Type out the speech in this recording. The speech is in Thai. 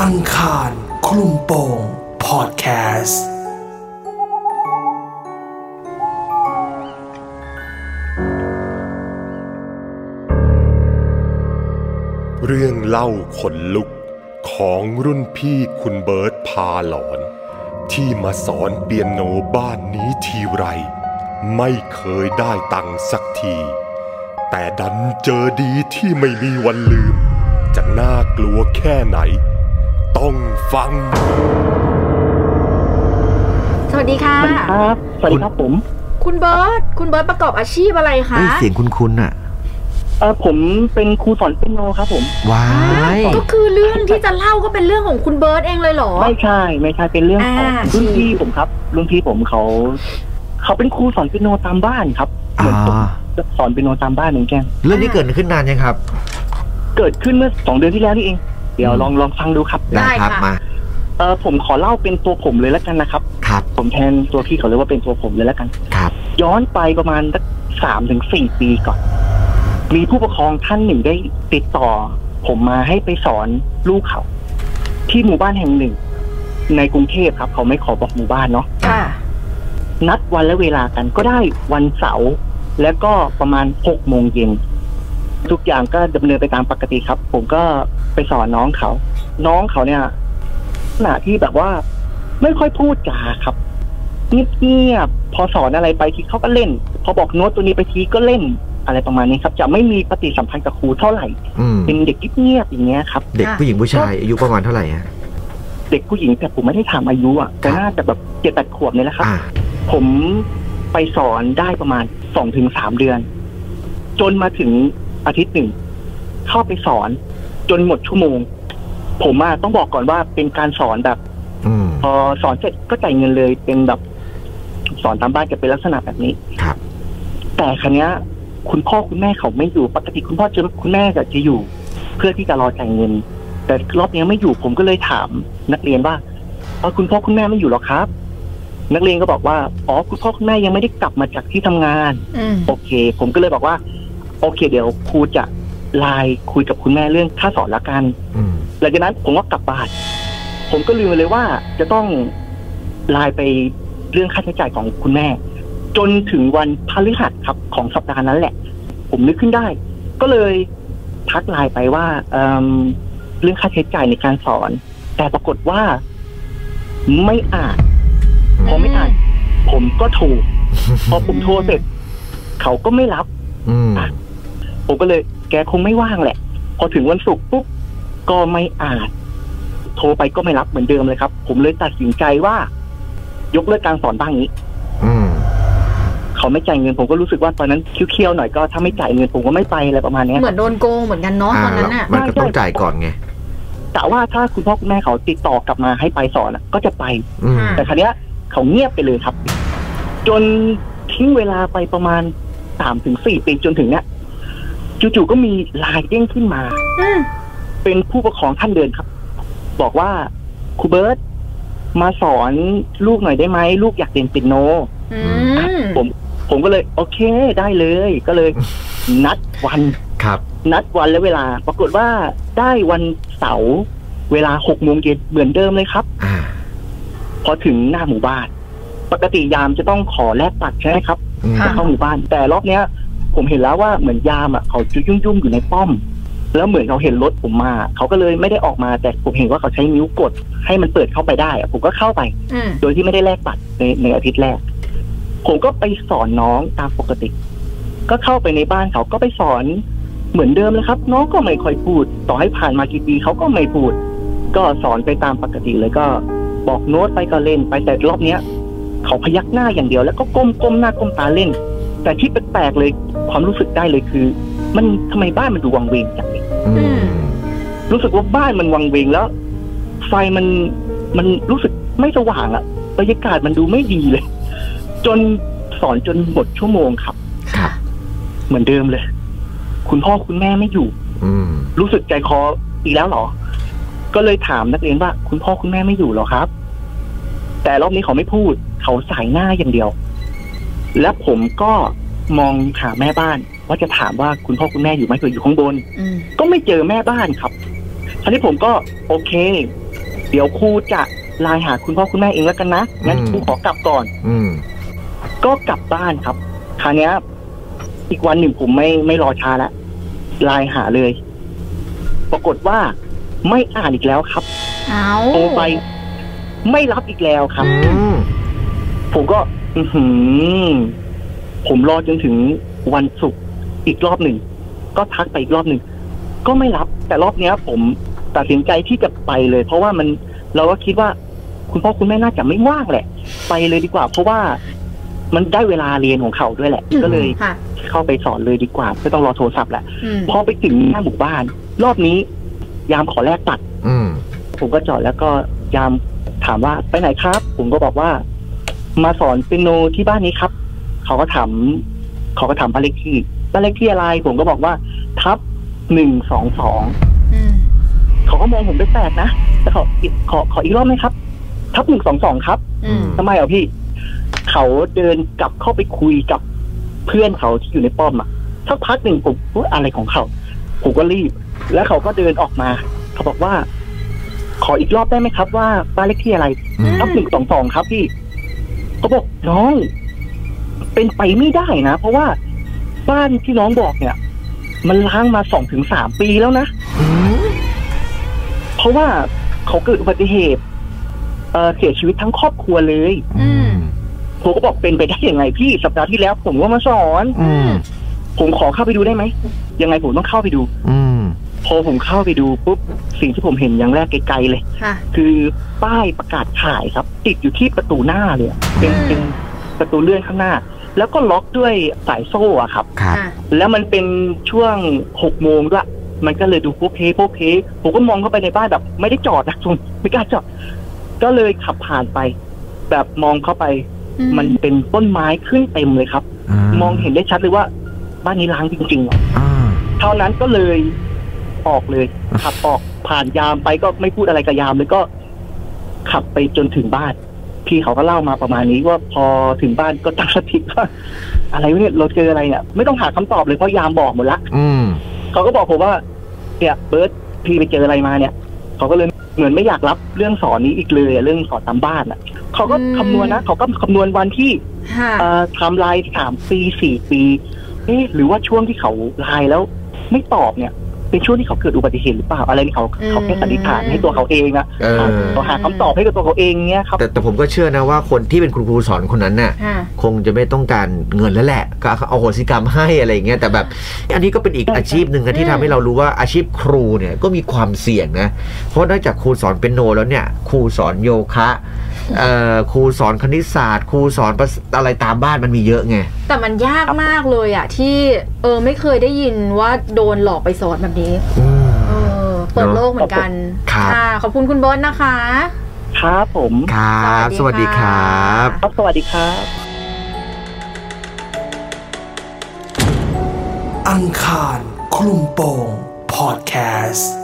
อังคารคลุมโปงพอดแคสต์ เรื่องเล่าขนลุกของรุ่นพี่คุณเบิร์ตพาหลอน ที่มาสอนเปียโนบ้านนี้ทีไร ไม่เคยได้ตังค์สักที แต่ดันเจอดีที่ไม่มีวันลืม จะน่ากลัวแค่ไหน ต้องฟัง สวัสดีค่ะ ครับ สวัสดีครับผม คุณเบิร์ตคุณเบิร์ตประกอบอาชีพอะไรคะ เฮ้ยเสียงคุณคุณอะ เออผมเป็นครูสอนเปียโนครับผม ว้า อ้าวย ก็คือเรื่องที่จะเล่าก็เป็นเรื่องของคุณเบิร์ตเองเลยเหรอ ไม่ใช่ ไม่ใช่ เป็นเรื่องของ อ่า รุ่นพี่ผมครับ รุ่นพี่ผมเขา เขาเป็นครูสอนเปียโนตามบ้านครับ เหมือนผม อ่า สอนเปียโนตามบ้านเหมือนกัน เรื่องนี้เกิดขึ้นนานยังครับ เกิดขึ้นเมื่อสองเดือนที่แล้วนี่เอง เดี๋ยว อืม ลองลองฟังดูครับ ได้ ได้ครับ ค่ะ มา เออผมขอเล่าเป็นตัวผมเลยแล้วกันนะครับ ครับ ผมแทนตัวพี่เขาเลยว่าเป็นตัวผมเลยแล้วกัน ครับ ย้อนไปประมาณสักสามถึงสี่ปีก่อน มีผู้ปกครองท่านหนึ่งได้ติดต่อ ผมมาให้ไปสอนลูกเขา ที่หมู่บ้านแห่งหนึ่ง ในกรุงเทพครับ เขาไม่ขอบอกหมู่บ้านเนาะ ค่ะ นัดวันและเวลากันก็ได้วันเสาร์แล้วก็ประมาณหกโมงเย็นทุกอย่างก็ดำเนินไปตามปกติครับ ผมก็ไปสอนน้องเขา น้องเขาเนี่ยขณะที่แบบว่า ไม่ค่อยพูดจาครับเงียบๆพอสอนอะไรไปทีเขาก็เล่น พอบอกโน้ตตัวนี้ไปทีก็เล่นอะไรประมาณนี้ครับ จะไม่มีปฏิสัมพันธ์กับครูเท่าไหร่ อืม เป็นเด็กเงียบๆอย่างเงี้ยครับ เด็ก ค่ะ ผู้หญิงผู้ชายอายุประมาณเท่าไหร่ฮะ เด็กผู้หญิงแต่ผมไม่ได้ถามอายุอ่ะแต่ ครับ น่าจะแบบเจ็ดแปดขวบเนี่ยแหละครับ อ่า ผมไปสอนได้ประมาณสองถึงสามเดือน จนมาถึงอาทิตย์หนึ่ง เข้าไปสอนจนหมดชั่วโมง ผมอะต้องบอกก่อนว่าเป็นการสอนแบบ อืม พอสอนเสร็จก็จ่ายเงินเลยเป็นแบบ สอนตามบ้านจะเป็นลักษณะแบบนี้ ครับ แต่ครั้งนี้ย คุณพ่อคุณแม่เขาไม่อยู่ปกติคุณพ่อจะคุณแม่จะจะอยู่ เพื่อที่จะรอจ่ายเงิน แต่รอบเนี้ยไม่อยู่ผมก็เลยถามนักเรียนว่าเออคุณพ่อคุณแม่ไม่อยู่หรอครับ นักเรียนก็บอกว่าอ๋อคุณพ่อคุณแม่ยังไม่ได้กลับมาจากที่ทำงาน อืม โอเค ผมก็เลยบอกว่า โอเค เดี๋ยวครูจะไลน์คุยกับคุณแม่เรื่องค่าสอนละกัน อืม หลังจากนั้นผมก็กลับบ้าน ผมก็ลืมไปเลยว่าจะต้องไลน์ไปเรื่องค่าใช้จ่ายของคุณแม่ จนถึงวันพฤหัสครับของสัปดาห์นั้นแหละ ผมนึกขึ้นได้ ก็เลยทักไลน์ไปว่าเอิ่มเรื่องค่าใช้จ่ายในการสอน แต่ปรากฏว่า ไม่อ่าน พอไม่อ่าน ผมก็โทรพอผมโทรเสร็จ เขาก็ไม่รับ อืม ผมก็เลยแกคงไม่ว่างแหละ พอถึงวันศุกร์ปุ๊บก็ไม่อ่าน โทรไปก็ไม่รับเหมือนเดิมเลยครับ ผมเลยตัดสินใจว่า ยกเลิกการสอนบ้างนี้ อืม เขาไม่จ่ายเงินผมก็รู้สึกว่าตอนนั้นเคี้ยวๆหน่อยก็ถ้าไม่จ่ายเงินผมก็ไม่ไปอะไรประมาณเนี้ย เหมือนโดนโกงเหมือนกันเนาะ อ่า ตอนนั้นน่ะ มันก็ต้องจ่ายก่อนไง แต่ว่าถ้าคุณพ่อคุณแม่เขาติดต่อกลับมาให้ไปสอนอะก็จะไป อืม ค่ะ แต่ครั้เนี้ยเขาเงียบไปเลยครับ จนทิ้งเวลาไปประมาณสามถึงสี่ปีจนถึงเนี้ยจู่ๆก็มีไลายเด้งขึ้นมา อืม เป็นผู้ปกครองท่านเดินครับ บอกว่าครูเบิร์ตมาสอนลูกหน่อยได้ไหมลูกอยากเรียนเปียโน อืม ผมผมก็เลย โอเคได้เลยก็เลย นัดวัน ครับ นัดวันและเวลา ปรากฏว่าได้วันเสาร์เวลาหกโมงเย็นเหมือนเดิมเลยครับ อ่า พอถึงหน้าหมู่บ้าน ปกติยามจะต้องขอแลกบัตรใช่ไหมครับ อืม จะเข้าหมู่บ้าน แต่รอบเนี้ย ผมเห็นแล้วว่าเหมือนยามอ่ะเขาจะยุ่งๆอยู่ในป้อม แล้วเหมือนเขาเห็นรถผมมา เขาก็เลยไม่ได้ออกมาแต่ผมเห็นว่าเขาใช้นิ้วกด ให้มันเปิดเข้าไปได้อะผมก็เข้าไป อืม โดยที่ไม่ได้แลกบัตรในในอาทิตย์แรก ผมก็ไปสอนน้องตามปกติ ก็เข้าไปในบ้านเขาก็ไปสอนเหมือนเดิมเลยครับ น้องก็ไม่ค่อยพูด ต่อให้ผ่านมากี่ปีเขาก็ไม่พูด ก็สอนไปตามปกติเลยก็บอกโน้ตไปก็เล่นไปแต่รอบเนี้ย เขาพยักหน้าอย่างเดียว แล้วก็ก้มก้มหน้าก้มตาเล่น แต่ที่แปลกๆเลยความรู้สึกได้เลยคือ มันทำไมบ้านมันดูวังเวงจัง อืม รู้สึกว่าบ้านมันวังเวงแล้ว ไฟมันมันรู้สึกไม่สว่างอะบรรยากาศมันดูไม่ดีเลย จนสอนจนหมดชั่วโมงครับ ครับ เหมือนเดิมเลย คุณพ่อคุณแม่ไม่อยู่ อืม รู้สึกใจคออีกแล้วเหรอ ก็เลยถามนักเรียนว่า คุณพ่อคุณแม่ไม่อยู่เหรอครับ แต่รอบนี้เขาไม่พูด เขาสายหน้าอย่างเดียว และผมก็มองหาแม่บ้าน ว่าจะถามว่าคุณพ่อคุณแม่อยู่ไหมเผื่ออยู่ข้างบน อืม ก็ไม่เจอแม่บ้านครับทีนี้ผมก็โอเค เดี๋ยวครูจะไลน์หาคุณพ่อคุณแม่เองแล้วกันนะงั้น อืม ครูขอกลับก่อน อืม ก็กลับบ้านครับ คราวเนี้ย อีกวันหนึ่งผมไม่ไม่รอช้าละไลน์หาเลย ปรากฏว่าไม่อ่านอีกแล้วครับ เอา โทรไปไม่รับอีกแล้วครับ อืม ผมก็ อือหือ ผมรอจนถึงวันศุกร์อีกรอบหนึ่ง ก็ทักไปอีกรอบหนึ่ง ก็ไม่รับ แต่รอบเนี้ย ผมตัดสินใจที่จะไปเลย เพราะว่ามันเราก็คิดว่า คุณพ่อคุณแม่น่าจะไม่ว่างแหละ ไปเลยดีกว่า เพราะว่ามันได้เวลาเรียนของเขาด้วยแหละ ก็เลย ค่ะ เข้าไปสอนเลยดีกว่าไม่ต้องรอโทรศัพท์แหละ อืม พอไปถึงหน้าหมู่บ้าน รอบนี้ ยามขอแลกตัด อืม ผมก็จอดแล้วก็ยามถามว่าไปไหนครับ ผมก็บอกว่า มาสอนเปียโนที่บ้านนี้ครับ เขาก็ถามเขาก็ถามบ้านเลขที่บ้านเลขที่อะไร ผมก็บอกว่า ทับหนึ่งสองสอง อืม เขาก็มองผมแปลกๆนะแต่เขาขอขออีกรอบไหมครับ ทับหนึ่งสองสองครับ อืม ทำไมอ่ะพี่ เขาเดินกลับเข้าไปคุยกับเพื่อนเขาที่อยู่ในป้อมอ่ะสักพักหนึ่งผมอุ๊ยอะไรของเขาผมก็รีบ แล้วเขาก็เดินออกมา เขาบอกว่า ขออีกรอบได้ไหมครับ ว่าบ้านเลขที่อะไร อืม นับหนึ่งสองสองครับพี่เขาบอกน้อง เป็นไปไม่ได้นะเพราะว่าบ้านที่น้องบอกเนี่ย มันล้างมาสองถึงสามปีแล้วนะ อืม เพราะว่าเขาเกิดอุบัติเหตุ เอ่อเสียชีวิตทั้งครอบครัวเลย อืม ผมก็บอกเป็นไปได้ยังไงพี่สัปดาห์ที่แล้ว ผมก็มาสอน อืม ผมขอเข้าไปดูได้ไหมยังไงผมต้องเข้าไปดู อืม พอผมเข้าไปดูปุ๊บสิ่งที่ผมเห็นอย่างแรกไกลๆเลย ค่ะ คือป้ายประกาศขายครับ ติดอยู่ที่ประตูหน้าเลยอะเป็น อืม เป็นประตูเลื่อนข้างหน้า แล้วก็ล็อกด้วยสายโซ่อะครับ ครับ ค่ะ แล้วมันเป็นช่วงหกโมงด้วย มันก็เลยดูโพวกเพโพวกเพผมก็มองเข้าไปในบ้านแบบ ไม่ได้จอดนะผมไม่กล้าจอด ก็เลยขับผ่านไป แบบมองเข้าไป อื มันเป็นต้นไม้ขึ้นเต็มเลยครับ มองเห็นได้ชัดเลยว่า บ้านนี้ล้างจริงๆอะ อ่า เท่านั้นก็เลยออกเลย ขับออกผ่านยามไปก็ไม่พูดอะไรกับยามเลยก็ ขับไปจนถึงบ้าน พี่เขาก็เล่ามาประมาณนี้ว่าพอถึงบ้านก็ตั้งสติว่าอะไรวะเนี่ยเราเจออะไรเนี่ยไม่ต้องหาคำตอบเลยเพราะยามบอกหมดละ อืม เขาก็บอกผมว่าเนี่ยเบิร์ตพี่ไปเจออะไรมาเนี่ยเขาก็เลยเหมือนไม่อยากรับเรื่องสอนนี้อีกเลยอะเรื่องสอนตามบ้านอ่ะเขาก็คำนวณนะเขาก็คำนวณวันที่ ค่ะ เอ่อไทำลายสามปีสี่ปีเอ๊ะหรือว่าช่วงที่เขาไลายแล้ว ไม่ตอบเนี่ย เป็นช่วงที่เขาเกิดอุบัติเหตุหรือเปล่าอะไรนี่เขา อืม เขาแค่สันนิษฐานให้ตัวเขาเองอะ เออ เขาหาคำตอบให้กับตัวเขาเองเนี่ยครับ แต่แต่ผมก็เชื่อนะว่าคนที่เป็นคุณครูสอนคนนั้นน่ะ ค่ะ คงจะไม่ต้องการเงินแล้วแหละ ก็เอาโหสิกรรมให้อะไรอย่างเงี้ยแต่แบบ อันนี้ก็เป็นอีกอาชีพหนึ่งนะที่ทำให้เรารู้ว่าอาชีพครูเนี่ยก็มีความเสี่ยงนะ เพราะนอกจากครูสอนเป็นโนแล้วเนี่ย ครูสอนโยคะเอ่อครูสอนคณิตศาสตร์ ครูสอนภาษาอะไรตามบ้านมันมีเยอะไง แต่มันยากมากเลยอะที่ เออไม่เคยได้ยินว่าโดนหลอกไปสอนแบบนี้ เออ เปิดโลกเหมือนกัน ครับ ขอบคุณคุณเบิร์ตนะคะ ครับผม ครับ สวัสดีครับ ครับสวัสดีครับ อังคารคลุมโปงพอดแคสต์